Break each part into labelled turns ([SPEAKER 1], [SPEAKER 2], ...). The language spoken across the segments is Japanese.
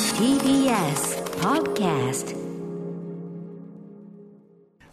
[SPEAKER 1] TBS Podcast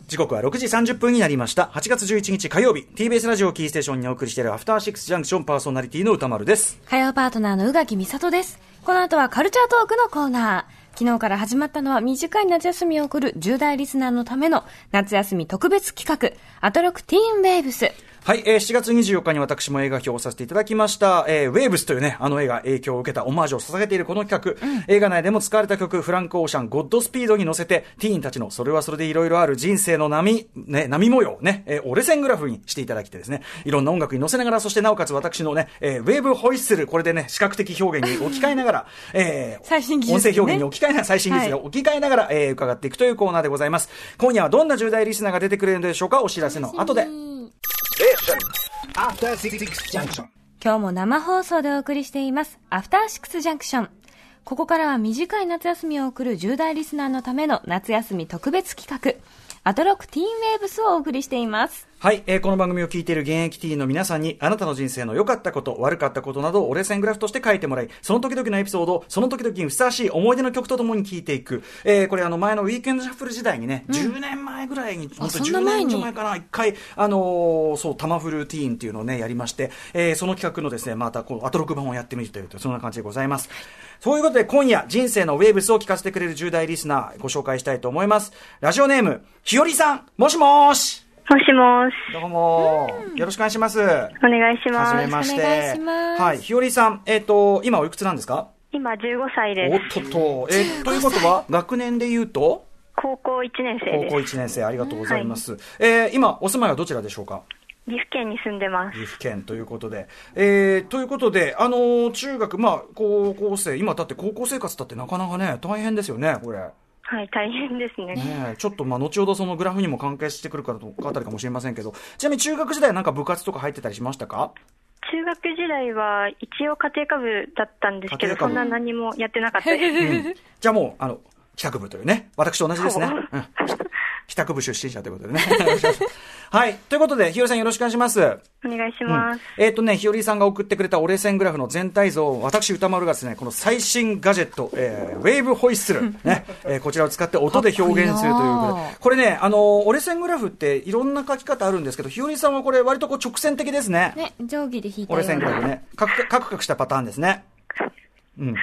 [SPEAKER 2] 時刻は6時30分になりました8月11日火曜日 TBS ラジオキーステーションにお送りしているアフターシックスジャンクションパーソナリティの歌丸です
[SPEAKER 3] 火曜パートナーの宇垣美里です。この後はカルチャートークのコーナー。昨日から始まったのは短い夏休みを送る10代リスナーのための夏休み特別企画、アトロクティーンウェイブス。
[SPEAKER 2] はい、えー7月24日に私も映画表をさせていただきました、えーウェーブスというねあの映画影響を受けたオマージュを捧げているこの企画、映画内でも使われた曲フランク・オーシャン「ゴッドスピード」に乗せてティーンたちのそれはそれでいろいろある人生の波、ね、波模様をね、えー折れ線グラフにしていただきてですねいろんな音楽に乗せながらそしてなおかつ私のね、えーウェーブホイッスルこれでね視覚的表現に置き換えながら、えー
[SPEAKER 3] 最新技術ね
[SPEAKER 2] 音声表現に置き換えながら最新技術が置き換えながら、えー伺っていくというコーナーでございます今夜はどんな10代リスナーが出てくれるのでしょうかお知らせの後で。
[SPEAKER 4] After Six Junction.
[SPEAKER 3] 今日も生放送でお送りしています、アフターシックスジャンクション。ここからは短い夏休みを送る10代リスナーのための夏休み特別企画、アトロクティーンウェイブスをお送りしています。
[SPEAKER 2] はい、えーこの番組を聞いている現役ティーンの皆さんに、あなたの人生の良かったこと、悪かったことなどを折れ線グラフとして書いてもらい、その時々のエピソード、その時々にふさわしい思い出の曲とともに聞いていく。えーこれあの前のウィークエンドシャッフル時代にね、10年前ぐらいに、本当
[SPEAKER 3] そんな
[SPEAKER 2] 10
[SPEAKER 3] 前
[SPEAKER 2] 年
[SPEAKER 3] に
[SPEAKER 2] 以上前かな、一回、あのーそう、タマフルティーンっていうのをね、やりまして、えーその企画のですね、またこう、アトロク版をやってみるという、そんな感じでございます。そういうことで今夜、人生のウェーブスを聞かせてくれる10代リスナー、ご紹介したいと思います。ラジオネーム、ひよりさん、もしもーし
[SPEAKER 5] もしもし。
[SPEAKER 2] どうも、よろしくお願いします。は
[SPEAKER 5] お願いしま
[SPEAKER 2] じ
[SPEAKER 5] す。
[SPEAKER 2] めまして。
[SPEAKER 3] お願いします
[SPEAKER 2] はい、ひよりさん、えっ、と、今おいくつなんですか。
[SPEAKER 5] 今15歳
[SPEAKER 2] お
[SPEAKER 5] で
[SPEAKER 2] っ
[SPEAKER 5] す。
[SPEAKER 2] とっと、えーということは、学年で言うと。
[SPEAKER 5] 高校1年生
[SPEAKER 2] 高
[SPEAKER 5] で
[SPEAKER 2] 校
[SPEAKER 5] す。
[SPEAKER 2] 一年生、ありがとうございます。えー今、お住まいはどちらでしょうか。
[SPEAKER 5] 岐阜県に住んでます
[SPEAKER 2] 岐。阜県ということで、えーということで、あのー中学、まあ、高校生、今だって高校生活だってなかなかね、大変ですよね、これ。
[SPEAKER 5] はい、大変ですね。
[SPEAKER 2] ねえ、ちょっとまあ後ほどそのグラフにも関係してくるからとあたりかもしれませんけど、ちなみに中学時代なんか部活とか入ってたりしましたか
[SPEAKER 5] 中学時代は一応家庭科部だったんですけ
[SPEAKER 2] 家庭
[SPEAKER 5] ど、
[SPEAKER 2] 科部
[SPEAKER 5] そんな何もやってなかっ たです。
[SPEAKER 2] じゃあもう、あの、帰宅部というね、私と同じですね。うん。帰宅部出身者ということでね。 はい。ということで、ひよりさんよろしくお願いします。
[SPEAKER 5] お願いし
[SPEAKER 2] うん
[SPEAKER 5] ます。
[SPEAKER 2] えっ、とね、ひよりさんが送ってくれた折れ線グラフの全体像を、私、歌丸がですね、この最新ガジェット、えーウェーブホイッス ル、ね、えーこちらを使って音で表現するという
[SPEAKER 3] かっ
[SPEAKER 2] こ
[SPEAKER 3] こいい
[SPEAKER 2] と
[SPEAKER 3] な
[SPEAKER 2] で、これね、あのー折れ線グラフっていろんな書き方あるんですけど、ひよりさんはこれ割とこう直線的ですね。
[SPEAKER 3] ね、定規で引いた
[SPEAKER 2] 折
[SPEAKER 3] よう
[SPEAKER 2] れ線グラフ
[SPEAKER 3] な。
[SPEAKER 2] ね。カクカクカクしたパターンですね。 うん。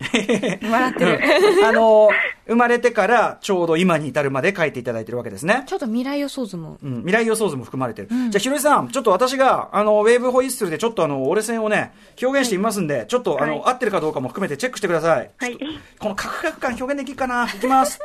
[SPEAKER 3] 笑ってる。
[SPEAKER 2] うんあのー生まれてからちょうど今に至るまで書いていただいてるわけですね。
[SPEAKER 3] ちょっと未来予想図も。
[SPEAKER 2] うん、未来予想図も含まれてる。じゃあ、ひろりさん、ちょっと私が、あの、ウェーブホイッスルでちょっとあの、折れ線をね、表現してみますんで、ちょっとあの、
[SPEAKER 5] はい
[SPEAKER 2] 合ってるかどうかも含めてチェックしてください。
[SPEAKER 5] はい
[SPEAKER 2] ちょっとこのカクカク感表現できるかないきます。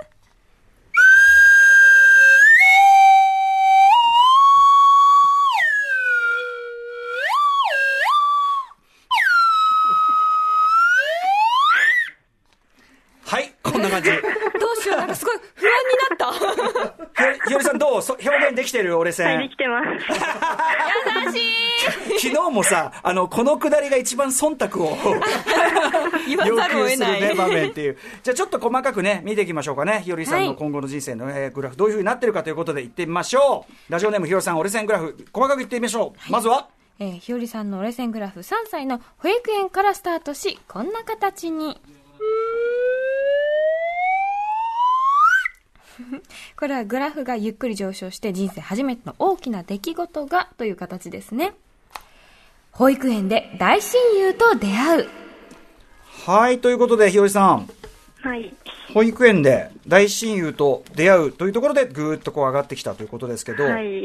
[SPEAKER 2] はい、こんな感じ。
[SPEAKER 3] どうしよう、なんかすごい不安になっ
[SPEAKER 2] ひよりひよりさんどうそ表現できてる折れ線。
[SPEAKER 5] はい、できてます。
[SPEAKER 3] た。優し
[SPEAKER 2] 昨日もさ、あの、このくだりが一番忖度を
[SPEAKER 3] い言
[SPEAKER 2] 要
[SPEAKER 3] わざるを得
[SPEAKER 2] 求する
[SPEAKER 3] ない。
[SPEAKER 2] ね、場面っていう。じゃあちょっと細かくね、見ていきましょうかね。ひよりさん
[SPEAKER 3] は
[SPEAKER 2] の
[SPEAKER 3] い
[SPEAKER 2] 今後の人生の、えーグラフ、どういうふうになってるかということで言ってみましょう。ラジオネームひよりさん、折れ線グラフ、細かく言ってみましょう。まずは、
[SPEAKER 3] えー、ひよりさんの折れ線グラフ3歳の保育園からスタートし、こんな形に。 これはグラフがゆっくり上昇して人生初めての大きな出来事がという形ですね。保育園で大親友と出会う。
[SPEAKER 2] はい、ということで、ひよりさん、
[SPEAKER 5] はい。
[SPEAKER 2] 保育園で大親友と出会うというところで、ぐーっとこう上がってきたということですけど、
[SPEAKER 5] はい。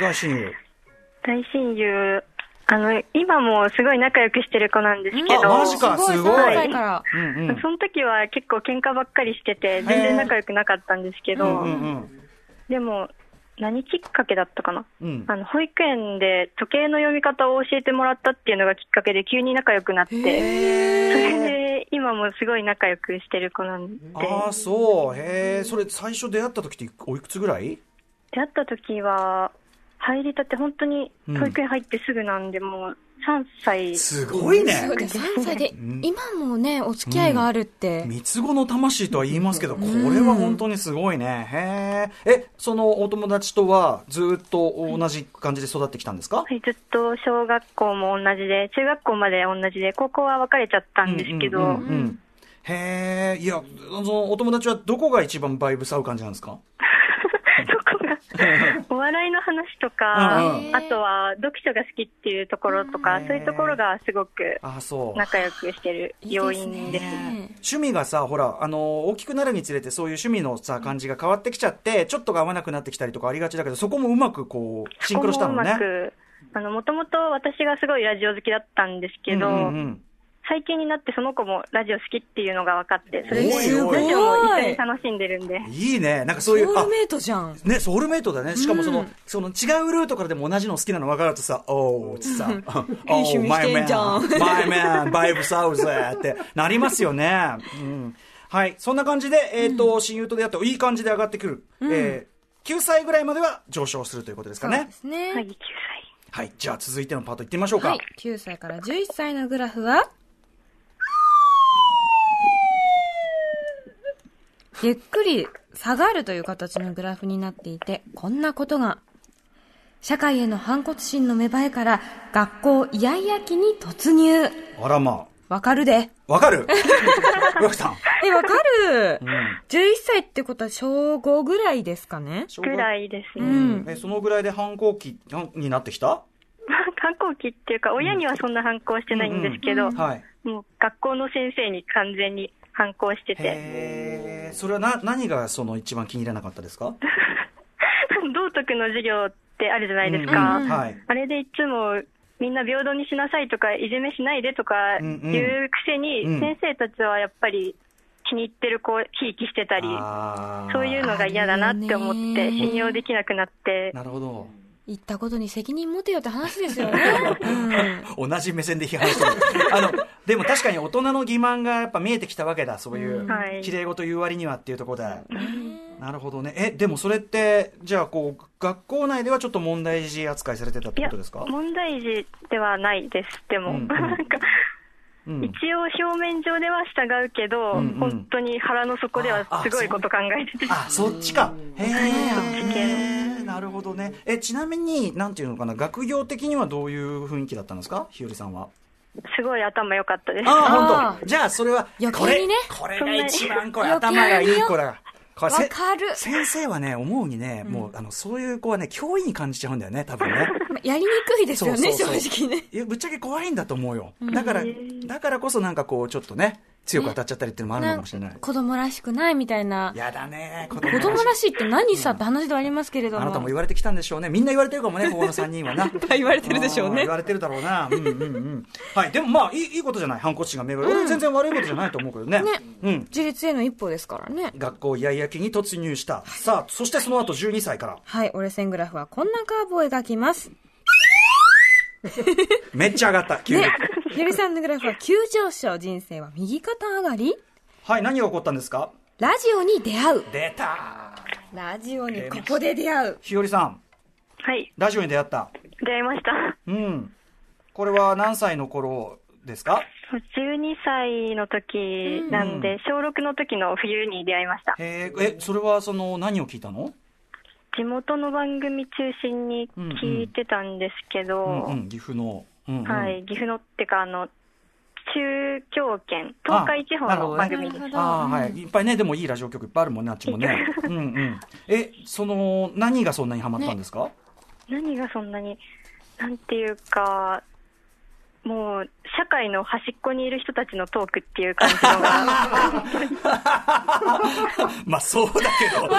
[SPEAKER 2] 大親友。
[SPEAKER 5] 大親友、あの、今もすごい仲良くしてる子なんですけど、
[SPEAKER 2] あマジかすごい
[SPEAKER 3] 3歳から。
[SPEAKER 2] うんうん。
[SPEAKER 5] その時は結構喧嘩ばっかりしてて、全然仲良くなかったんですけど、
[SPEAKER 2] うんうん。
[SPEAKER 5] でも、何きっかけだったかな、
[SPEAKER 2] うん
[SPEAKER 5] あの保育園で時計の読み方を教えてもらったっていうのがきっかけで急に仲良くなって、それで今もすごい仲良くしてる子なんで、
[SPEAKER 2] ああ、そう。へえ、それ最初出会った時っておいくつぐらい
[SPEAKER 5] 出会った時は、入りたて本当に
[SPEAKER 2] うん
[SPEAKER 5] 保育園入ってすぐなんで、もう3歳、
[SPEAKER 2] すごいね
[SPEAKER 3] すごいね3歳で、今もね、お付き合いがあるって。
[SPEAKER 2] 三つ子の魂とは言いますけど、これは本当にすごいね。へえ。え、そのお友達とはずっと同じ感じで育ってきたんですか、
[SPEAKER 5] はいずっと小学校も同じで、中学校まで同じで、高校は別れちゃったんですけど、
[SPEAKER 2] うんうんうんうんへえ、いや、そのお友達はどこが一番バイブサう感じなんですか
[SPEAKER 5] そこがお笑いの話と
[SPEAKER 2] う
[SPEAKER 5] か
[SPEAKER 2] ん
[SPEAKER 3] うん
[SPEAKER 5] あとは読書が好きっていうところとか
[SPEAKER 2] うん
[SPEAKER 5] そういうところがすごく
[SPEAKER 2] あ、そう。
[SPEAKER 5] 仲良くしてる要因ですね
[SPEAKER 2] 趣味がさ、ほら、あの、大きくなるにつれて、そういう趣味のさ、感じが変わってきちゃって、ちょっとが合わなくなってきたりとかありがちだけど、そこもうまくこう、シンクロしたのね
[SPEAKER 5] そ。こもうまくあのもともと私がすごいラジオ好きだったんですけど、
[SPEAKER 2] うんうんうん
[SPEAKER 5] 最近になってその子もラジオ好きっていうのが分かってそれでラ
[SPEAKER 2] お
[SPEAKER 5] ジ
[SPEAKER 2] い
[SPEAKER 5] オ
[SPEAKER 2] お
[SPEAKER 5] も
[SPEAKER 2] い
[SPEAKER 5] 一緒に楽しんでるんで
[SPEAKER 2] いいね。なんか
[SPEAKER 3] ソ
[SPEAKER 2] そう
[SPEAKER 3] ウ
[SPEAKER 2] いう、あ
[SPEAKER 3] ル、メイトじゃん。
[SPEAKER 2] ね、ソウルメイトだね。しかもその、
[SPEAKER 3] うん
[SPEAKER 2] その違うルートからでも同じの好きなの分かるとさ、おーって さ、
[SPEAKER 3] いい趣味してんじゃん
[SPEAKER 2] my man, my man, バイブサウぜってなりますよね。うん。はい。そんな感じで、えっ、と、親友と出会って、いい感じで上がってくる。えー、9歳ぐらいまでは上昇するということですか
[SPEAKER 3] そう
[SPEAKER 2] ね
[SPEAKER 3] で。すね。
[SPEAKER 5] はい9
[SPEAKER 2] はい。じゃあ続いてのパート行ってみましょうか。
[SPEAKER 3] はい。9歳から11歳のグラフはゆっくり下がるという形のグラフになっていて、こんなことが。社会への反骨心の芽生えから、学校イヤイヤ期に突入。
[SPEAKER 2] あらま
[SPEAKER 3] わかるで。
[SPEAKER 2] あ。わかる ロキさん。
[SPEAKER 3] え、わかる、
[SPEAKER 2] ん
[SPEAKER 3] ?11 歳ってことは小5ぐらいですかね
[SPEAKER 5] 歳ぐらいです
[SPEAKER 2] う
[SPEAKER 5] ね、
[SPEAKER 2] ん。え、そのぐらいで反抗期反になってきた
[SPEAKER 5] まあ反抗期っていうか親にはそんな反抗してないんですけど、
[SPEAKER 2] はい。
[SPEAKER 5] もう学校の先生に完全に反抗してて
[SPEAKER 2] へえ、それはな、何がその一番気に入らなかったですか
[SPEAKER 5] 道徳の授業ってあるじゃないです
[SPEAKER 2] う
[SPEAKER 5] か、
[SPEAKER 2] んうんはい。
[SPEAKER 5] あれでいつもみんな平等にしなさいとかいじめしないでとか
[SPEAKER 2] うん
[SPEAKER 5] 言
[SPEAKER 2] うん
[SPEAKER 5] うくせに、
[SPEAKER 2] うん
[SPEAKER 5] 先生たちはやっぱり気に入ってる子をひいきしてたり
[SPEAKER 2] あー
[SPEAKER 5] そういうのが嫌だなって思っ
[SPEAKER 3] あるよ
[SPEAKER 5] て
[SPEAKER 3] ね
[SPEAKER 5] 信用できなくなって
[SPEAKER 2] なるほど。
[SPEAKER 3] 言ったことに責任持てよって話です よね。うん
[SPEAKER 2] 同じ目線で批判してる。 あの、でも確かに大人の欺瞞がやっぱ見えてきたわけだ、そういう。
[SPEAKER 5] はい
[SPEAKER 2] 綺麗事言う割にはっていうところで。なるほどね。え、でもそれって、じゃあこう、学校内ではちょっと問題児扱いされてたっ
[SPEAKER 5] い
[SPEAKER 2] てこ
[SPEAKER 5] や
[SPEAKER 2] とですか
[SPEAKER 5] 問題児ではないですでも、
[SPEAKER 2] うんうん
[SPEAKER 5] なんか
[SPEAKER 2] うん
[SPEAKER 5] 一応表面上では従うけど、
[SPEAKER 2] うんうん
[SPEAKER 5] 本当に腹の底ではすごいこと考えてて
[SPEAKER 2] あ、そっちか。へ
[SPEAKER 5] っち
[SPEAKER 2] え。なるほどね。え、ちなみに、なんていうのかな、学業的にはどういう雰囲気だったんですかひよりさんは。
[SPEAKER 5] すごい頭良かったです
[SPEAKER 2] ああ、
[SPEAKER 3] あー
[SPEAKER 2] 本当。じゃあ、それは、
[SPEAKER 3] 余
[SPEAKER 2] これ
[SPEAKER 3] 計にね、
[SPEAKER 2] これが一番、これ、
[SPEAKER 3] そんなに
[SPEAKER 2] 頭がいい子だ。これせ
[SPEAKER 3] わかる
[SPEAKER 2] 先生はね、思うにね、もう、あの、そういう子はね、脅威に感じちゃうんだよね、多分ね。
[SPEAKER 3] まあやりにく いですよね、
[SPEAKER 2] そうそうそう
[SPEAKER 3] 正直ね。
[SPEAKER 2] いや、ぶっちゃけ怖いんだと思うよ。だから、だからこそなんかこう、ちょっとね、強く当たっちゃったりっていうのもあるのかもしれない。
[SPEAKER 3] 子供らしくないみたいな。
[SPEAKER 2] やだね、子
[SPEAKER 3] 子供らしいって何さって話ではありますけれども。
[SPEAKER 2] あなたも言われてきたんでしょうね。みんな言われてる かもね、ここの3人はな。いっ
[SPEAKER 3] ぱい言われてるでしょうね
[SPEAKER 2] 言われてるだろうな。うんうんうん。はい。でもまあ、いいいいことじゃない。反骨心が巡る。俺全然悪いことじゃないと思うけどね。
[SPEAKER 3] ね
[SPEAKER 2] うん。
[SPEAKER 3] 自立への一歩ですからね。
[SPEAKER 2] 学校イヤイヤ期に突入した。さあ、そしてその後12歳から。
[SPEAKER 3] はい、折れ線グラフはこんなカーブを描きます。
[SPEAKER 2] めっちゃ上がった、 急に
[SPEAKER 3] ね。ひよりさんのグラフは急上昇、人生は右肩上がり。
[SPEAKER 2] はい、何が起こったんですか
[SPEAKER 3] ラジオに出会う。
[SPEAKER 2] 出た
[SPEAKER 3] ラジオにここで出会う。
[SPEAKER 2] ひよりさん、
[SPEAKER 5] はい
[SPEAKER 2] ラジオに出会った。
[SPEAKER 5] 出会いました
[SPEAKER 2] うん。これは何歳の頃ですか
[SPEAKER 5] 12歳の時なんで、小6の時の冬に出会いました
[SPEAKER 2] へーえ、それはその、何を聞いたの
[SPEAKER 5] 地元の番組中心に聞いてたんですけど、
[SPEAKER 2] うんうん、岐阜の。うんうん
[SPEAKER 5] はい、岐阜のってかあの中京圏東海地方の番組です、
[SPEAKER 3] なるほど
[SPEAKER 2] ああ、はい。いっぱいね、でもいいラジオ局いっぱいあるもんね、あっちもね。うんうん。え、その、何がそんなにハマったんですか、
[SPEAKER 5] 何がそんなになんていうかもう社会の端っこにいる人たちのトークっていう感じの が
[SPEAKER 2] まあ、そうだけ ど。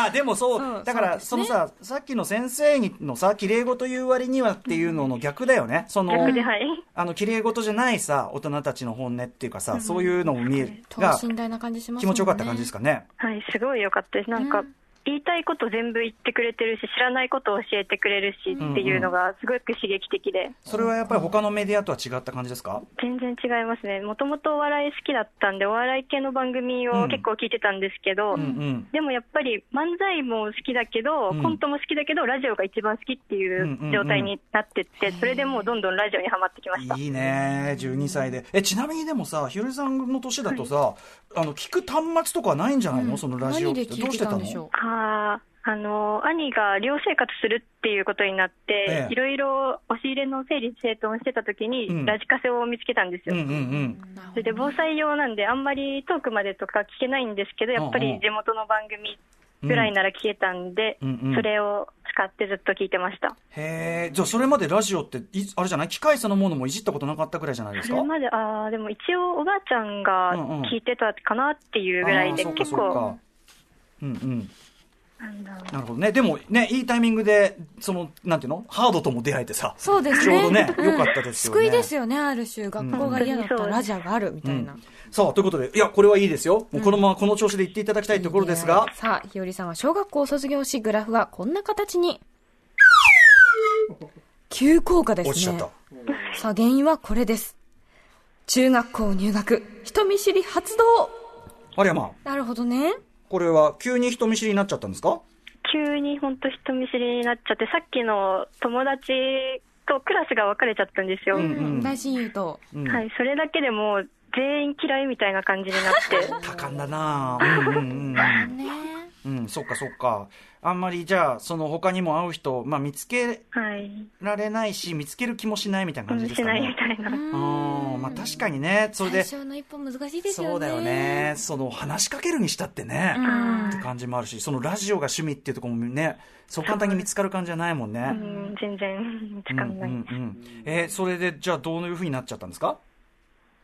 [SPEAKER 2] あ、でもそう、
[SPEAKER 3] うん
[SPEAKER 2] だから、そ,、のさ、さっきの先生のさ、綺麗事言う割にはっていうのの逆だよね。その、
[SPEAKER 5] 逆ではい
[SPEAKER 2] あの、綺麗事じゃないさ、大人たちの本音っていうかさ、そういうのも見える、
[SPEAKER 3] 等
[SPEAKER 2] が、
[SPEAKER 3] 身大な感じします
[SPEAKER 2] 気持ちよかった感じです
[SPEAKER 3] か
[SPEAKER 2] かね。
[SPEAKER 5] はいすごい良かったですなんか、言いたいこと全部言ってくれてるし知らないことを教えてくれるしっていうのがすごく刺激的で
[SPEAKER 2] それはやっぱり他のメディアとは違った感じですか
[SPEAKER 5] 全然違いますねもともとお笑い好きだったんでお笑い系の番組を結構聞いてたんですけど、
[SPEAKER 2] うんうん。
[SPEAKER 5] でもやっぱり漫才も好きだけど、
[SPEAKER 2] うん
[SPEAKER 5] コントも好きだけど、ラジオが一番好きって
[SPEAKER 2] ん
[SPEAKER 5] い
[SPEAKER 2] うんうん
[SPEAKER 5] う状態になってって、それでもうどんどんラジオにはまってきました。
[SPEAKER 2] いいね12歳でえちなみにでもさひよりさんの年だとさ、あの聞く端末とかはないんじゃないの、そのラジオ
[SPEAKER 3] 何
[SPEAKER 2] って
[SPEAKER 3] で聞いてたんでし
[SPEAKER 2] どう
[SPEAKER 3] ょ
[SPEAKER 2] し
[SPEAKER 5] あーあの兄が寮生活するっていうことになっ
[SPEAKER 2] え
[SPEAKER 5] て、
[SPEAKER 2] え
[SPEAKER 5] いろいろ押し入れの整理整頓してた時に、
[SPEAKER 2] うん
[SPEAKER 5] ラジカセを見つけたんです
[SPEAKER 2] う
[SPEAKER 5] よ、
[SPEAKER 2] んうんうん。
[SPEAKER 5] それで防災用なんで、あんまりトークまでとか聞けないんですけど、やっぱ
[SPEAKER 2] うんう
[SPEAKER 5] り
[SPEAKER 2] ん
[SPEAKER 5] 地元の番組ぐらいなら聞けたんで、
[SPEAKER 2] うんうん
[SPEAKER 5] それを使ってずっと聞いてました。
[SPEAKER 2] へえ、じゃあそれまでラジオって、いあれじゃない機械そのものもいじったことなかったぐらいじゃないです
[SPEAKER 5] そ
[SPEAKER 2] か
[SPEAKER 5] れまで、あーでも一応、おばあちゃんが
[SPEAKER 2] うんうん
[SPEAKER 5] 聞いてたかなっていうぐらいで、
[SPEAKER 2] あーそうか
[SPEAKER 5] 結
[SPEAKER 2] そうか
[SPEAKER 5] 構、
[SPEAKER 2] うんうん。
[SPEAKER 5] なんだろう
[SPEAKER 2] なるほどね。でもね、いいタイミングで、その、なんていうのハードとも出会えてさ。
[SPEAKER 3] そうですね。
[SPEAKER 2] ちょうどね、
[SPEAKER 3] ん
[SPEAKER 2] 良かったですよね。
[SPEAKER 3] 救いですよね、ある種。学校が嫌だったら
[SPEAKER 5] うん
[SPEAKER 3] ラジャーがあるみたいな。
[SPEAKER 2] さあ、ということで、いや、これはいいですよ。もうこのままこの調子で行っていただきたいところですが、
[SPEAKER 3] さあ、ひよりさんは小学校を卒業し、グラフがこんな形に。急降下ですね。
[SPEAKER 2] 落ちちゃった。
[SPEAKER 3] さあ、原因はこれです。中学校入学、人見知り発動
[SPEAKER 2] あれはまあ、
[SPEAKER 3] なるほどね。
[SPEAKER 2] これは急に人見知りになっちゃったんですか
[SPEAKER 5] 急に本当人見知りになっちゃって、さっきの友達とクラスが分かれちゃったんですよ。
[SPEAKER 2] うん
[SPEAKER 3] 大親友と。
[SPEAKER 2] うん。
[SPEAKER 5] はい、それだけでもう全員嫌いみたいな感じに なって。
[SPEAKER 2] 多感だなぁうんうんうん
[SPEAKER 3] ね
[SPEAKER 2] うん。うん、そっかそっか。あんまりじゃあ、その他にも会う人、まあ見つけ
[SPEAKER 5] はい。
[SPEAKER 2] られないし、見つける気もしないみたいな感じです
[SPEAKER 5] し
[SPEAKER 2] か
[SPEAKER 5] ないみ
[SPEAKER 2] ね。
[SPEAKER 5] たいな。
[SPEAKER 2] うん、まあ確かにね、それで、
[SPEAKER 3] の一歩難しい
[SPEAKER 2] そうだよね。その話しかけるにしたってね、
[SPEAKER 3] ん
[SPEAKER 2] って感じもあるし、そのラジオが趣味っていうところもね、そう簡単に見つかる感じじゃないもんね。
[SPEAKER 5] うん、全然見つかんない。
[SPEAKER 2] うんうんうんえーそれでじゃあどういうふうになっちゃったんですか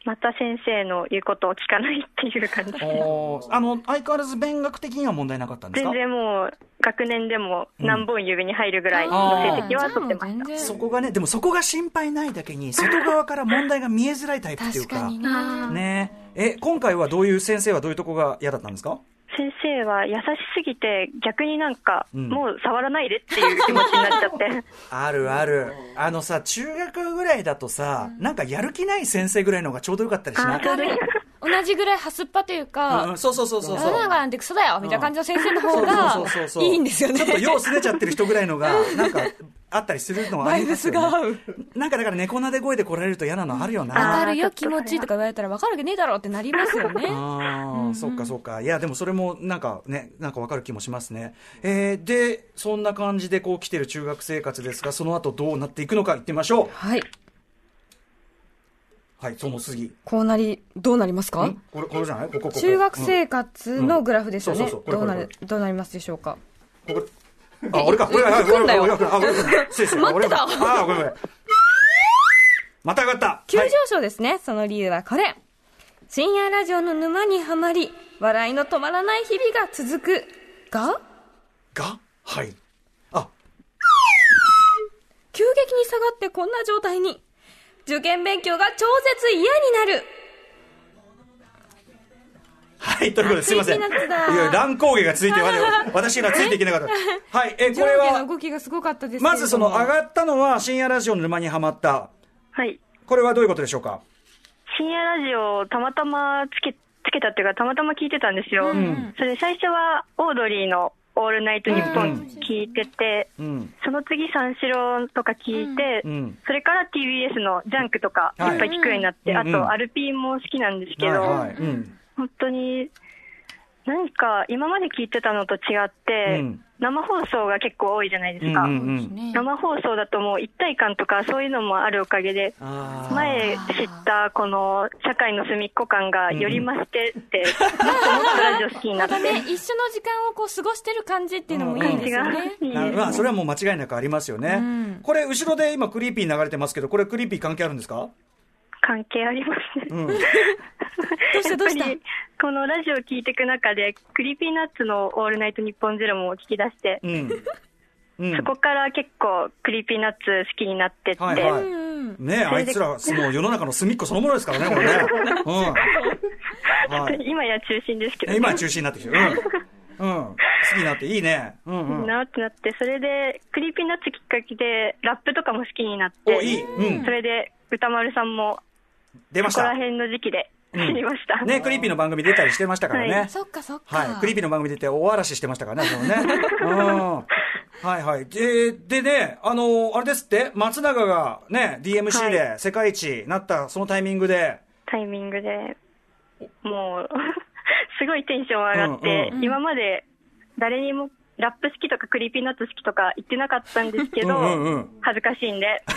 [SPEAKER 5] また先生の言うことを聞かないっていう感じ。
[SPEAKER 2] おーあの相変わらず勉学的には問題なかったんですか
[SPEAKER 5] 全然もう、学年でも何本指に入るぐらいの成績は取ってました。
[SPEAKER 3] 全
[SPEAKER 2] そ
[SPEAKER 3] 然。
[SPEAKER 2] こがねでもそこが心配ないだけに外側から問題が見えづらいタイプっていう
[SPEAKER 3] 確
[SPEAKER 2] か
[SPEAKER 3] かにね。
[SPEAKER 2] ねえ今回はどういう先生はどういうとこが嫌だったんですか
[SPEAKER 5] 先生は優しすぎて、逆になんか、
[SPEAKER 2] うん
[SPEAKER 5] もう触らないでっていう気持ちになっちゃ って。
[SPEAKER 2] あるあるあのさ中学ぐらいだとさ、なんかやる気ない先生ぐらいの方がちょうどよかったりしな
[SPEAKER 5] あ
[SPEAKER 2] い
[SPEAKER 5] ちょうどいい
[SPEAKER 3] 同じぐらいはすっぱという
[SPEAKER 2] う
[SPEAKER 3] か
[SPEAKER 2] ん、、そうそうそうそう
[SPEAKER 3] 世
[SPEAKER 2] そう
[SPEAKER 3] の中なんてクソだよみたいな感じの先生の方
[SPEAKER 2] そうそうそうそう
[SPEAKER 3] がいいんですよ
[SPEAKER 2] ちょっと
[SPEAKER 3] ね。
[SPEAKER 2] 用すれちゃってる人ぐらいのが、なんか、あったりするのはあ
[SPEAKER 3] バイ
[SPEAKER 2] りま
[SPEAKER 3] ブ
[SPEAKER 2] す
[SPEAKER 3] ス
[SPEAKER 2] よ、ね。
[SPEAKER 3] が合う。
[SPEAKER 2] なんかだから猫なで声で来られると嫌なのあるよ
[SPEAKER 3] わ
[SPEAKER 2] な。
[SPEAKER 5] あ
[SPEAKER 3] かるよ気持ちとか言われたらわかるわけねえだろってなりますよね。
[SPEAKER 2] ああ、そっかそっか。いや、でもそれもなんかね、なんかわかる気もしますね。えー、で、そんな感じでこう来てる中学生活ですが、その後どうなっていくのか言ってみましょう。
[SPEAKER 3] はい。
[SPEAKER 2] はい、その次。
[SPEAKER 3] こうなり、どうなりますか
[SPEAKER 2] んこれ、これじゃないここ、ここ。
[SPEAKER 3] 中学生活のグラフですよ
[SPEAKER 2] うん
[SPEAKER 3] ね
[SPEAKER 2] そうそう。そう
[SPEAKER 3] どうな
[SPEAKER 2] これ
[SPEAKER 3] る
[SPEAKER 2] こ、
[SPEAKER 3] どうなりますでしょうか。
[SPEAKER 2] うんここあ、俺か。俺が、
[SPEAKER 3] 行くんだよ
[SPEAKER 2] 俺があ、俺が、先生。
[SPEAKER 3] 待ってた
[SPEAKER 2] あ俺があ、ごめんごめん。また上がった。
[SPEAKER 3] 急上
[SPEAKER 2] はい
[SPEAKER 3] 昇ですね。その理由はこれ。深夜ラジオの沼にはまり、笑いの止まらない日々が続く。が
[SPEAKER 2] がはい。あ、
[SPEAKER 3] 急激に下がってこんな状態に。受験勉強が超絶嫌になる。
[SPEAKER 2] はい、ということで、すいません。
[SPEAKER 3] ピ
[SPEAKER 2] い
[SPEAKER 3] ー
[SPEAKER 2] や
[SPEAKER 3] ナッツだ、
[SPEAKER 2] 乱高下がついて、われ私にはついていけなかった。はい、え、こ
[SPEAKER 3] 上
[SPEAKER 2] れ
[SPEAKER 3] 下の
[SPEAKER 2] は、
[SPEAKER 3] 動きがすごかったですけれども
[SPEAKER 2] まずその上がったのは、深夜ラジオの沼にはまった。
[SPEAKER 5] はい。
[SPEAKER 2] これはどういうことでしょうか
[SPEAKER 5] 深夜ラジオをたまたまつけ、つけたっていうか、たまたま聞いてたんですよ。それ最初は、オードリーのオールナイトニッポン聞いてて、
[SPEAKER 2] うん。
[SPEAKER 5] その次三四郎とか聞いて、
[SPEAKER 2] うんうん
[SPEAKER 5] それから TBS のジャンクとかい
[SPEAKER 2] はい
[SPEAKER 5] っぱい聞くようになって、
[SPEAKER 2] うん
[SPEAKER 5] あ
[SPEAKER 2] うん
[SPEAKER 5] とアルピーも好きなんですけど、
[SPEAKER 2] はいはい。うん。
[SPEAKER 5] 本当に何か今まで聞いてたのと違って、
[SPEAKER 2] うん
[SPEAKER 5] 生放送が結構多いじゃないで
[SPEAKER 2] うん
[SPEAKER 5] す
[SPEAKER 2] う
[SPEAKER 5] か。
[SPEAKER 2] んう
[SPEAKER 3] です
[SPEAKER 2] ん。
[SPEAKER 3] ね
[SPEAKER 5] 生放送だともう一体感とかそういうのもあるおかげで、
[SPEAKER 2] あー
[SPEAKER 5] 前知ったこの社会の隅っこ感がより増してって、もっともっとラジオ好きにな
[SPEAKER 3] な
[SPEAKER 5] っ
[SPEAKER 3] んかね、
[SPEAKER 5] て、
[SPEAKER 3] 一緒の時間をこう過ごしてる感じっていうのもいい
[SPEAKER 5] 感
[SPEAKER 3] で
[SPEAKER 5] じ
[SPEAKER 3] すよ
[SPEAKER 5] が
[SPEAKER 3] ね。
[SPEAKER 5] いい
[SPEAKER 2] な
[SPEAKER 5] です
[SPEAKER 2] まあ、それはもう間違いなくありますよね。
[SPEAKER 3] うん
[SPEAKER 2] これ、後ろで今、クリーピー流れてますけど、これ、クリーピー関係あるんですか
[SPEAKER 5] 関係ありますね。
[SPEAKER 2] うん。
[SPEAKER 3] どうし
[SPEAKER 5] や
[SPEAKER 3] た
[SPEAKER 5] っ
[SPEAKER 3] どう
[SPEAKER 5] ぱ
[SPEAKER 3] した
[SPEAKER 5] りこのラジオを聞いていく中で、クリーピーナッツの「オールナイトニッポンゼロも聞き出して、
[SPEAKER 2] うん。うん
[SPEAKER 5] そ。こから結構、クリーピーナッツ好きになってって、
[SPEAKER 2] はいは
[SPEAKER 3] う
[SPEAKER 2] い。
[SPEAKER 3] ん。
[SPEAKER 2] ねあいつら、その世の中の隅っこそのものですからね、こ れね。うん。はい。
[SPEAKER 5] 今や中心ですけど、
[SPEAKER 2] 今は中心になってきてる。うん。うん。好きになっていいね。うんうん。
[SPEAKER 5] なってなって、それで、クリーピーナッツきっかけで、ラップとかも好きになっ
[SPEAKER 2] お、
[SPEAKER 5] て、
[SPEAKER 2] いい。うん
[SPEAKER 5] そ。れで、歌丸さんも、
[SPEAKER 2] 出まし
[SPEAKER 5] ここ
[SPEAKER 2] た
[SPEAKER 5] ら。辺の時期で知
[SPEAKER 2] ん
[SPEAKER 5] りました。
[SPEAKER 2] ね、クリーピーの番組出たりしてましたからね。
[SPEAKER 3] そっかそっか。
[SPEAKER 2] はい。クリーピーの番組出て大嵐してましたからね、そのね。うん。はいはい。で、でね、あの、あれですって、松永がね、DMC で世界一なったそのタイミングで、
[SPEAKER 5] タイミングで、 もう、すごいテンション上がって、
[SPEAKER 2] うん
[SPEAKER 5] 今まで誰にもラップ好きとかクリーピーナッツ好きとか言ってなかったんですけど、
[SPEAKER 2] うんうんうん
[SPEAKER 5] 恥ずかしいんで、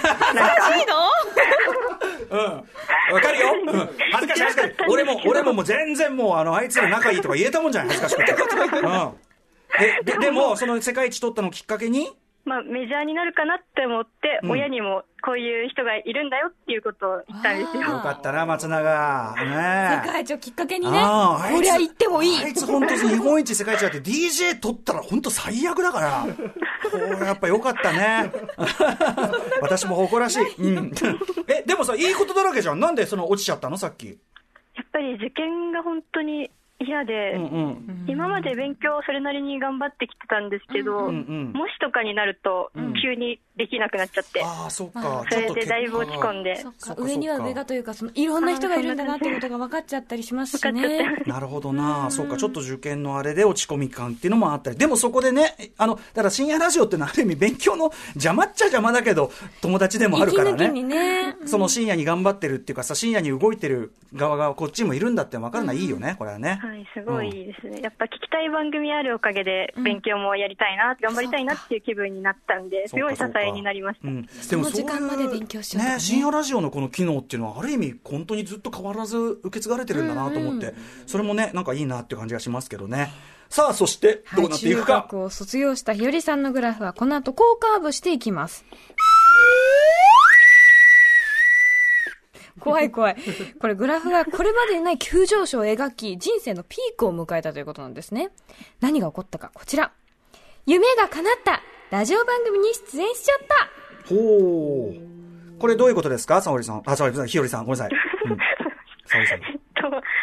[SPEAKER 3] いいの
[SPEAKER 2] うん。わかるよ。うん恥ずかしい恥ずかしい。俺も、俺ももう全然もう、あの、あいつら仲いいとか言えたもんじゃない恥ずかしくて。うん。で、で、でも、その世界一取ったのをきっかけに、
[SPEAKER 5] まあ、メジャーになるかなって思って、
[SPEAKER 2] うん
[SPEAKER 5] 親にもこういう人がいるんだよっていうことを言ったんですよ。
[SPEAKER 2] よかったな、松永。ねえ。
[SPEAKER 3] 会長きっかけにね、
[SPEAKER 2] あああいつ
[SPEAKER 3] こりゃ行ってもいい
[SPEAKER 2] あ。いつ本当に日本一世界一だって DJ 取ったら本当最悪だから。これやっぱ良かったね。 私も誇らしい。うん。え、でもさ、いいことだらけじゃん。なんでその落ちちゃったのさっき。
[SPEAKER 5] やっぱり受験が本当に嫌で、
[SPEAKER 2] うんうん。
[SPEAKER 5] 今まで勉強それなりに頑張ってきてたんですけど、
[SPEAKER 2] うんうん
[SPEAKER 5] 模試とかになると
[SPEAKER 2] ん
[SPEAKER 5] 急にできなくなっちゃって、
[SPEAKER 2] ああ、そっ
[SPEAKER 3] ま
[SPEAKER 2] か
[SPEAKER 3] あ。
[SPEAKER 5] それでだいぶ落ち込んで
[SPEAKER 3] そっ
[SPEAKER 2] そ
[SPEAKER 3] か
[SPEAKER 2] っか
[SPEAKER 3] 上には上がというかそのいろんな人がいるんだなってことが分かっちゃったりしますし
[SPEAKER 5] 分かっ
[SPEAKER 3] ね。
[SPEAKER 2] なるほどな、そうか、ちょっと受験のあれで落ち込み感っていうのもあったり、でもそこでね、あのだから深夜ラジオってのはある意味、勉強の邪魔っちゃ邪魔だけど、友達でもある
[SPEAKER 3] 息
[SPEAKER 2] から
[SPEAKER 3] 抜き
[SPEAKER 2] ね
[SPEAKER 3] に。ね。
[SPEAKER 2] その深夜に頑張ってるっていうかさ、深夜に動いてる側がこっちもいるんだって分かるのはいいよね、これはね。
[SPEAKER 5] はい、すごいいいですね、やっぱ聞きたい番組あるおかげで勉強もやりたいな、頑張りたいなっていう気分になったんで
[SPEAKER 2] そ
[SPEAKER 5] す
[SPEAKER 2] う
[SPEAKER 5] ご
[SPEAKER 2] か
[SPEAKER 5] い支えになりました、
[SPEAKER 2] うん、でもそう
[SPEAKER 3] そ
[SPEAKER 2] い
[SPEAKER 3] の時間まで勉強しようとかね
[SPEAKER 2] ね深夜ラジオのこの機能っていうのはある意味本当にずっと変わらず受け継がれてるんだなと思って、それもねなんかいいなっていう感じがしますけどねさあそしてどうなっていく
[SPEAKER 3] 中
[SPEAKER 2] か、
[SPEAKER 3] 学を卒業した日和さんのグラフはこの後こうカーブしていきます。怖い怖い。これグラフがこれまでにない急上昇を描き、人生のピークを迎えたということなんですね。何が起こったか、こちら。夢が叶ったラジオ番組に出演しちゃった
[SPEAKER 2] ほうこれどういうことですか沙織さんあ沙織さん日和さんごめんなさい、うん、沙織 さん
[SPEAKER 5] と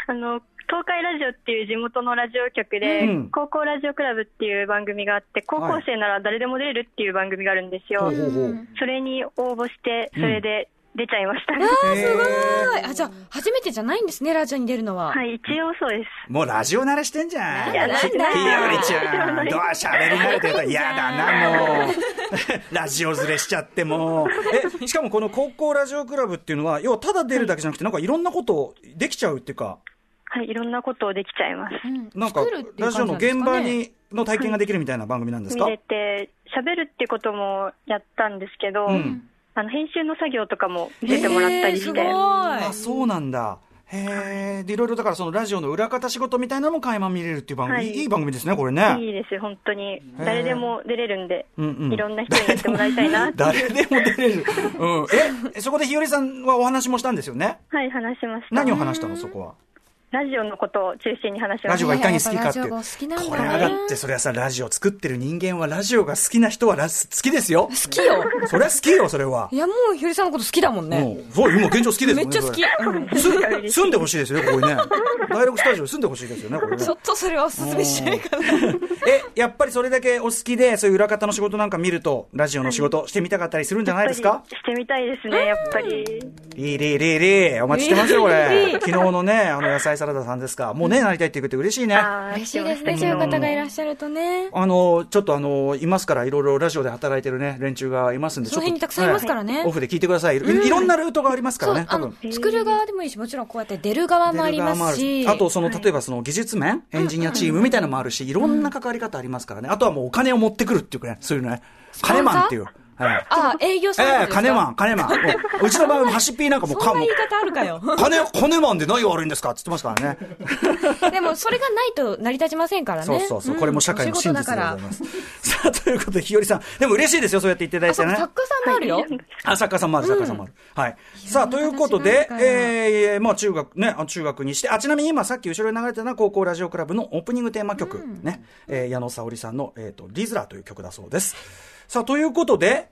[SPEAKER 5] あの東海ラジオっていう地元のラジオ局で、
[SPEAKER 2] うん
[SPEAKER 5] 高校ラジオクラブっていう番組があって高校生なら誰でも出れるっていう番組があるんですよ、
[SPEAKER 2] ほうほうほう
[SPEAKER 5] それに応募してそれで出ちゃいました、
[SPEAKER 3] あー
[SPEAKER 2] へー
[SPEAKER 3] すごいあ、じゃあ、初めてじゃないんですね、ラジオに出るのは。
[SPEAKER 5] はい一応そうです
[SPEAKER 2] もうラジオ慣れしてんじゃん。
[SPEAKER 3] いやなんだ
[SPEAKER 2] ひよりちゃ ん、どうしゃべり慣れてると嫌だな、もう。 ラジオずれしちゃってもう。え、しかもこの高校ラジオクラブっていうのは、要はただ出るだけじゃなくて、なんかいろんなことできちゃうっていうか、
[SPEAKER 5] はいいろんなことをできちゃいます
[SPEAKER 3] うん
[SPEAKER 2] なんか
[SPEAKER 3] 作るってい
[SPEAKER 2] ラ
[SPEAKER 3] う感
[SPEAKER 2] ジ
[SPEAKER 3] じ
[SPEAKER 2] オ
[SPEAKER 3] な
[SPEAKER 2] の
[SPEAKER 3] んです
[SPEAKER 2] 現
[SPEAKER 3] かね
[SPEAKER 2] 場にの体験ができるみたいな番組なんです
[SPEAKER 5] 見
[SPEAKER 2] か
[SPEAKER 5] れて喋るってこともやったんですけど、
[SPEAKER 2] うん
[SPEAKER 5] あの編集の作業とかも見せてもらったりして、
[SPEAKER 3] えー
[SPEAKER 2] あ、
[SPEAKER 3] す
[SPEAKER 2] そうなんだ。へえ。で、いろいろだからそのラジオの裏方仕事みたいなのも垣間見れるっていう番組、
[SPEAKER 5] はい
[SPEAKER 2] い、いい番組ですね、これね。
[SPEAKER 5] いいです本当に誰でも出れるんで、
[SPEAKER 2] うんうん
[SPEAKER 5] いろんな人にやってもらいた いなって
[SPEAKER 2] 誰でも出れる。うん。え、そこで日和さんはお話もしたんですよね。
[SPEAKER 5] はい話しました
[SPEAKER 2] 何を話したのそこは
[SPEAKER 5] ラジオのことを中心に話し
[SPEAKER 2] ラ
[SPEAKER 5] ま
[SPEAKER 2] ジ
[SPEAKER 5] し
[SPEAKER 2] オ
[SPEAKER 5] た
[SPEAKER 2] がいかに好きかってい
[SPEAKER 3] やっ
[SPEAKER 2] う
[SPEAKER 3] ぱラジオが好きなんだね
[SPEAKER 2] これはだってそれはさラジオ作ってる人間はラジオが好きな人はラス好きで すよ
[SPEAKER 3] 好きよ。
[SPEAKER 2] それは好きよそれはい
[SPEAKER 3] や、もうひよりさんのこと好きだもんね。
[SPEAKER 2] もうそう今現状好きです
[SPEAKER 3] めっ
[SPEAKER 2] もん
[SPEAKER 3] ちゃ
[SPEAKER 2] ね
[SPEAKER 3] 好
[SPEAKER 2] そ
[SPEAKER 3] き。
[SPEAKER 2] れ
[SPEAKER 3] うん
[SPEAKER 2] 住ん住んでほしいですよねここにね第六スタジオに住んでほしいですよねこれね
[SPEAKER 3] ちょっとそれはおすすめしないかな。
[SPEAKER 2] えやっぱりそれだけお好きでそういう裏方の仕事なんか見るとラジオの仕事してみたかったりするんじゃないです
[SPEAKER 5] やっ
[SPEAKER 2] か
[SPEAKER 5] ぱりしてみたいですねやっぱり
[SPEAKER 2] リーリーリーリーお待ちしてますよこ
[SPEAKER 3] リー
[SPEAKER 2] れ
[SPEAKER 3] リー
[SPEAKER 2] 昨日のねあの野菜サラダさんですかもうねなりたいって言ってくれて嬉しいね
[SPEAKER 5] あー
[SPEAKER 3] 嬉しいです
[SPEAKER 5] 来て
[SPEAKER 3] ね、
[SPEAKER 5] ま
[SPEAKER 3] そう
[SPEAKER 5] た
[SPEAKER 3] いう方がいらっしゃるとね。
[SPEAKER 2] あのちょっとあのいますから、いろいろラジオで働いてるね、連中がいますんで、
[SPEAKER 3] その辺に
[SPEAKER 2] ち
[SPEAKER 3] た
[SPEAKER 2] ょっ
[SPEAKER 3] く
[SPEAKER 2] と
[SPEAKER 3] さんいますからね
[SPEAKER 2] はオフで聞いてください。いろいろんなルートがありますか
[SPEAKER 3] そ
[SPEAKER 2] ら
[SPEAKER 3] う
[SPEAKER 2] ね、
[SPEAKER 3] あ
[SPEAKER 2] 多
[SPEAKER 3] の
[SPEAKER 2] 分。
[SPEAKER 3] 作る側でもいいし、もちろんこうやって出る側もありますし、
[SPEAKER 2] あと、その、例えばその技術面、エンジニアチームみたいなのもあるし、いろんな関わり方ありますからね。あとはもうお金を持ってくるっていうかね、そういうね、
[SPEAKER 3] ポンサー
[SPEAKER 2] 金マンっていう。はい。
[SPEAKER 3] あ、営業
[SPEAKER 2] え
[SPEAKER 3] さん
[SPEAKER 2] え金マン、金マン。もううちの場合は、ハシピーなんかもう
[SPEAKER 3] そ
[SPEAKER 2] か
[SPEAKER 3] んな
[SPEAKER 2] も
[SPEAKER 3] 言
[SPEAKER 2] う
[SPEAKER 3] い方あるかよ。
[SPEAKER 2] 金、金マンで何が悪いんですかって言ってますからね。
[SPEAKER 3] でも、それがないと成り立ちませんからね。
[SPEAKER 2] そうそうそう。
[SPEAKER 3] ん
[SPEAKER 2] これも社会の真実でございます。 さあ、ということで、日和さん。でも嬉しいですよ、そうやって言っていただ
[SPEAKER 3] お
[SPEAKER 2] い
[SPEAKER 3] 仕事
[SPEAKER 2] て
[SPEAKER 3] だから。
[SPEAKER 2] ね
[SPEAKER 3] あ、。作家さんもあるよ。
[SPEAKER 2] あ、作家さんもある、作家さんもある。はい。さあ、ということ
[SPEAKER 3] いろん
[SPEAKER 2] で
[SPEAKER 3] な、形があるから
[SPEAKER 2] えー、まあ中学ね、あ中学にして、あ、ちなみに今さっき後ろに流れてたのは高校ラジオクラブのオープニングテーマ曲、ね、えー矢野沙織さんの、えっ、と、リズラという曲だそうです。さあ、ということで、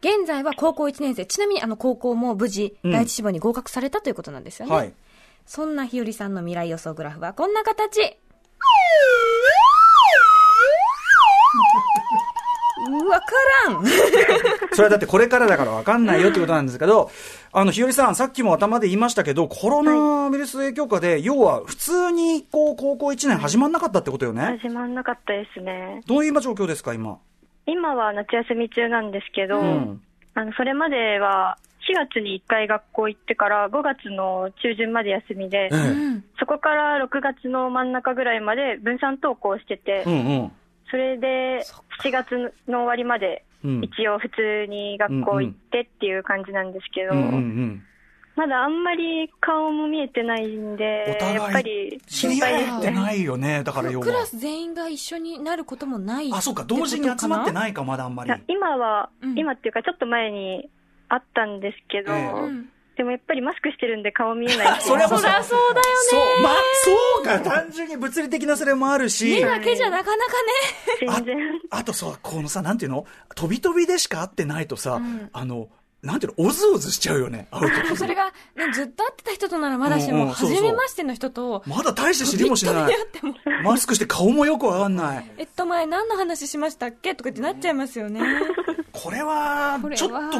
[SPEAKER 3] 現在は高校1年生。ちなみに、あの、高校も無事、
[SPEAKER 2] うん
[SPEAKER 3] 第一志望に合格されたということなんですよね。
[SPEAKER 2] はい。
[SPEAKER 3] そんな日和さんの未来予想グラフはこんな形。わからん。
[SPEAKER 2] それはだってこれからだからわかんないよってことなんですけど、あの、日和さん、さっきも頭で言いましたけど、コロナウイルス影響下で、要は普通に、こう、高校1年始まんなかったってことよね。
[SPEAKER 5] 始まんなかったですね
[SPEAKER 2] どういう今状況ですか、今。
[SPEAKER 5] 今は夏休み中なんですけど、
[SPEAKER 2] ん
[SPEAKER 5] あのそれまでは4月に1回学校行ってから5月の中旬まで休みで、
[SPEAKER 2] ええ
[SPEAKER 5] そこから6月の真ん中ぐらいまで分散登校してて、
[SPEAKER 2] うんうん。
[SPEAKER 5] それで7月の終わりまで
[SPEAKER 2] うん
[SPEAKER 5] 一応普通に学校行ってっていう感じなんですけ
[SPEAKER 2] う
[SPEAKER 5] ど、
[SPEAKER 2] んうんうん
[SPEAKER 5] まだあんまり顔も見えてないん
[SPEAKER 2] お
[SPEAKER 5] で、やっぱ
[SPEAKER 2] 互い
[SPEAKER 5] り
[SPEAKER 2] 知
[SPEAKER 5] 心
[SPEAKER 2] り
[SPEAKER 5] 配で
[SPEAKER 2] 合
[SPEAKER 5] す
[SPEAKER 2] って
[SPEAKER 5] ね。
[SPEAKER 2] ないよねだから要は
[SPEAKER 3] クラス全員が一緒になることもない
[SPEAKER 2] あそうか同時に集まって
[SPEAKER 3] い、
[SPEAKER 2] ないかまだあんま
[SPEAKER 5] い
[SPEAKER 2] り
[SPEAKER 5] や今は、
[SPEAKER 3] うん
[SPEAKER 5] 今っていうかちょっと前にあったんですけど、
[SPEAKER 2] ええ
[SPEAKER 3] うん、
[SPEAKER 5] でもやっぱりマスクしてるんで顔見えない
[SPEAKER 2] それは
[SPEAKER 3] そりゃそうだ
[SPEAKER 2] そうまあそうか単純に物理的なそれもあるし
[SPEAKER 3] よ目だけじゃなかなかね
[SPEAKER 5] 全然。
[SPEAKER 2] あとさこのさなんていうの飛び飛びでしか会ってないとさ、あのなんていうのおずおずしちゃうよね会う時
[SPEAKER 3] それが、ね、ずっと会ってた人とならまだし
[SPEAKER 2] うんう
[SPEAKER 3] も
[SPEAKER 2] んそう
[SPEAKER 3] 初
[SPEAKER 2] そう
[SPEAKER 3] めましての人と
[SPEAKER 2] まだ大して知りもしない
[SPEAKER 3] びっくりで会っても
[SPEAKER 2] マスクして顔もよくわかんない
[SPEAKER 3] えっと前何の話しましたっけとかってなっちゃいますよね
[SPEAKER 2] これは
[SPEAKER 3] これは
[SPEAKER 2] ちょっと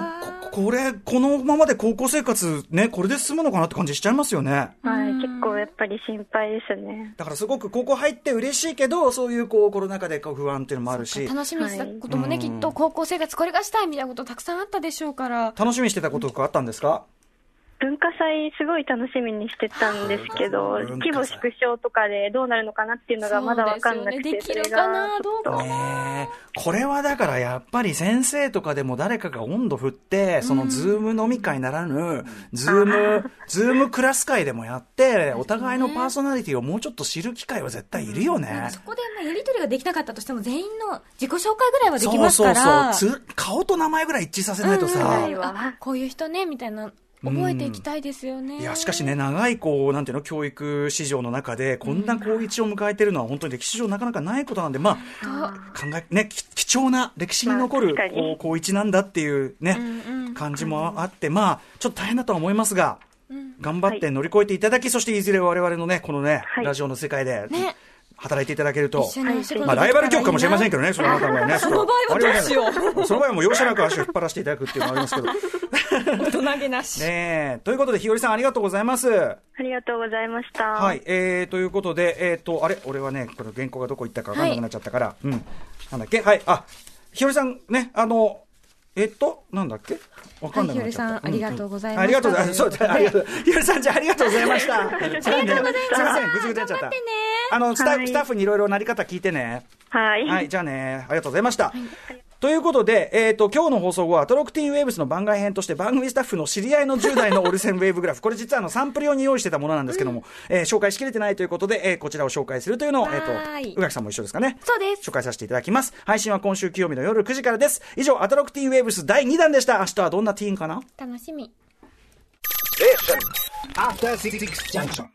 [SPEAKER 2] ここれこのままで高校生活ねこれで進むのかなって感じしちゃいますよね
[SPEAKER 5] はい、結構やっぱり心配ですね。
[SPEAKER 2] だからすごく高校入って嬉しいけどそういうこうコロナ禍でこう不安っていうのもあるし
[SPEAKER 3] 楽しみにしたこともね、
[SPEAKER 2] はい
[SPEAKER 3] きっと高校生活これがしたいみたいなことたくさんあったでしょうから
[SPEAKER 2] 楽しみにしてたこととかあったんですか
[SPEAKER 5] 文化祭すごい楽しみにしてたんですけど、
[SPEAKER 2] 文
[SPEAKER 5] 規
[SPEAKER 2] 化
[SPEAKER 5] 模
[SPEAKER 2] 祭
[SPEAKER 5] 縮小とかでどうなるのかなっていうのがまだわかんなく
[SPEAKER 3] そう
[SPEAKER 5] て、
[SPEAKER 3] ですよねできる
[SPEAKER 5] それ
[SPEAKER 3] か
[SPEAKER 5] が
[SPEAKER 3] などう
[SPEAKER 5] ちょっ
[SPEAKER 3] か
[SPEAKER 5] と
[SPEAKER 3] な
[SPEAKER 2] ねえこれはだからやっぱり先生とかでも誰かが温度振って、そのズーム飲み会ならぬ、ズーム、ズームクラス会でもやって、お互いのパーソナリティをもうちょっと知る機会は絶対いるよね。
[SPEAKER 3] なんかそこでまあやり取りができなかったとしても全員の自己紹介ぐらいはでき
[SPEAKER 2] そう
[SPEAKER 3] ます
[SPEAKER 2] そ
[SPEAKER 3] か
[SPEAKER 2] うそう
[SPEAKER 3] ら
[SPEAKER 2] つ。顔と名前ぐらい一致させないとさ。
[SPEAKER 5] うん
[SPEAKER 3] あこういう人ねみたいな覚えていきたいですよね
[SPEAKER 2] いや、しかしね、長い、こう、なんていうの、教育市場の中で、こんな高一を迎えてるのは、本当に歴史上なかなかないことなんで、まあ、考え、ね、き貴重な歴史に残る
[SPEAKER 5] まあ確かに、
[SPEAKER 2] こう高一なんだっていうね、感じもあって、まあ、ちょっと大変だとは思いますが、頑張って乗り越えていただき、そしていずれ我々のね、このね、
[SPEAKER 5] はい
[SPEAKER 2] ラジオの世界で
[SPEAKER 3] ね、
[SPEAKER 2] 働いていただけると。
[SPEAKER 3] 一緒にお仕事できたらいいな
[SPEAKER 2] まあ、ライバル局かもしれませんけどね、その方がね。
[SPEAKER 3] その場合はどうしよう
[SPEAKER 2] あれはね その場合はもう容赦なく足を引っ張らせていただくっていうのもあります けど。
[SPEAKER 3] 大人げなし、
[SPEAKER 2] ねえ。ということで、ひよりさんありがとうございます。
[SPEAKER 5] ありがとうございました。
[SPEAKER 2] はい、えー、ということで、えっ、と、あれ、俺はね、この原稿がどこ行ったか分かんなくなっちゃったから、うん。なんだっけはい、あ、ひよりさんね、あの、えっと、なんだっけわかんなくなっちゃった。
[SPEAKER 3] はいひよりさんありがとうございました
[SPEAKER 2] ありがとうございます。そう、
[SPEAKER 3] ということで
[SPEAKER 2] ありがとう。ひよりさんじゃあありがとうございました。ありがとうございま
[SPEAKER 5] した
[SPEAKER 2] すいません、ぐずぐずやっちゃっ
[SPEAKER 3] 頑
[SPEAKER 2] た。
[SPEAKER 3] 張ってね
[SPEAKER 2] あの、スタッ
[SPEAKER 5] は
[SPEAKER 2] フ、
[SPEAKER 5] い
[SPEAKER 2] スタッフにいろいろなり方聞いてね。
[SPEAKER 5] はい。
[SPEAKER 2] はい、じゃあね、ありがとうございました。ということで、えっ、と、今日の放送後は、アトロクティーンウェーブスの番外編として、番組スタッフの知り合いの10代のオルセンウェーブグラフ、これ実はあのサンプル用に用意してたものなんですけども、えー紹介しきれてないということで、えーこちらを紹介するというのを、えっ、
[SPEAKER 3] わーい
[SPEAKER 2] と、宇垣さんも一緒ですかね。
[SPEAKER 3] そうです
[SPEAKER 2] 紹介させていただきます。配信は今週金曜日の夜9時からです。以上、アトロクティーンウェーブス第2弾でした。明日はどんなティーンかな
[SPEAKER 3] 楽しみ
[SPEAKER 4] After Six Junction.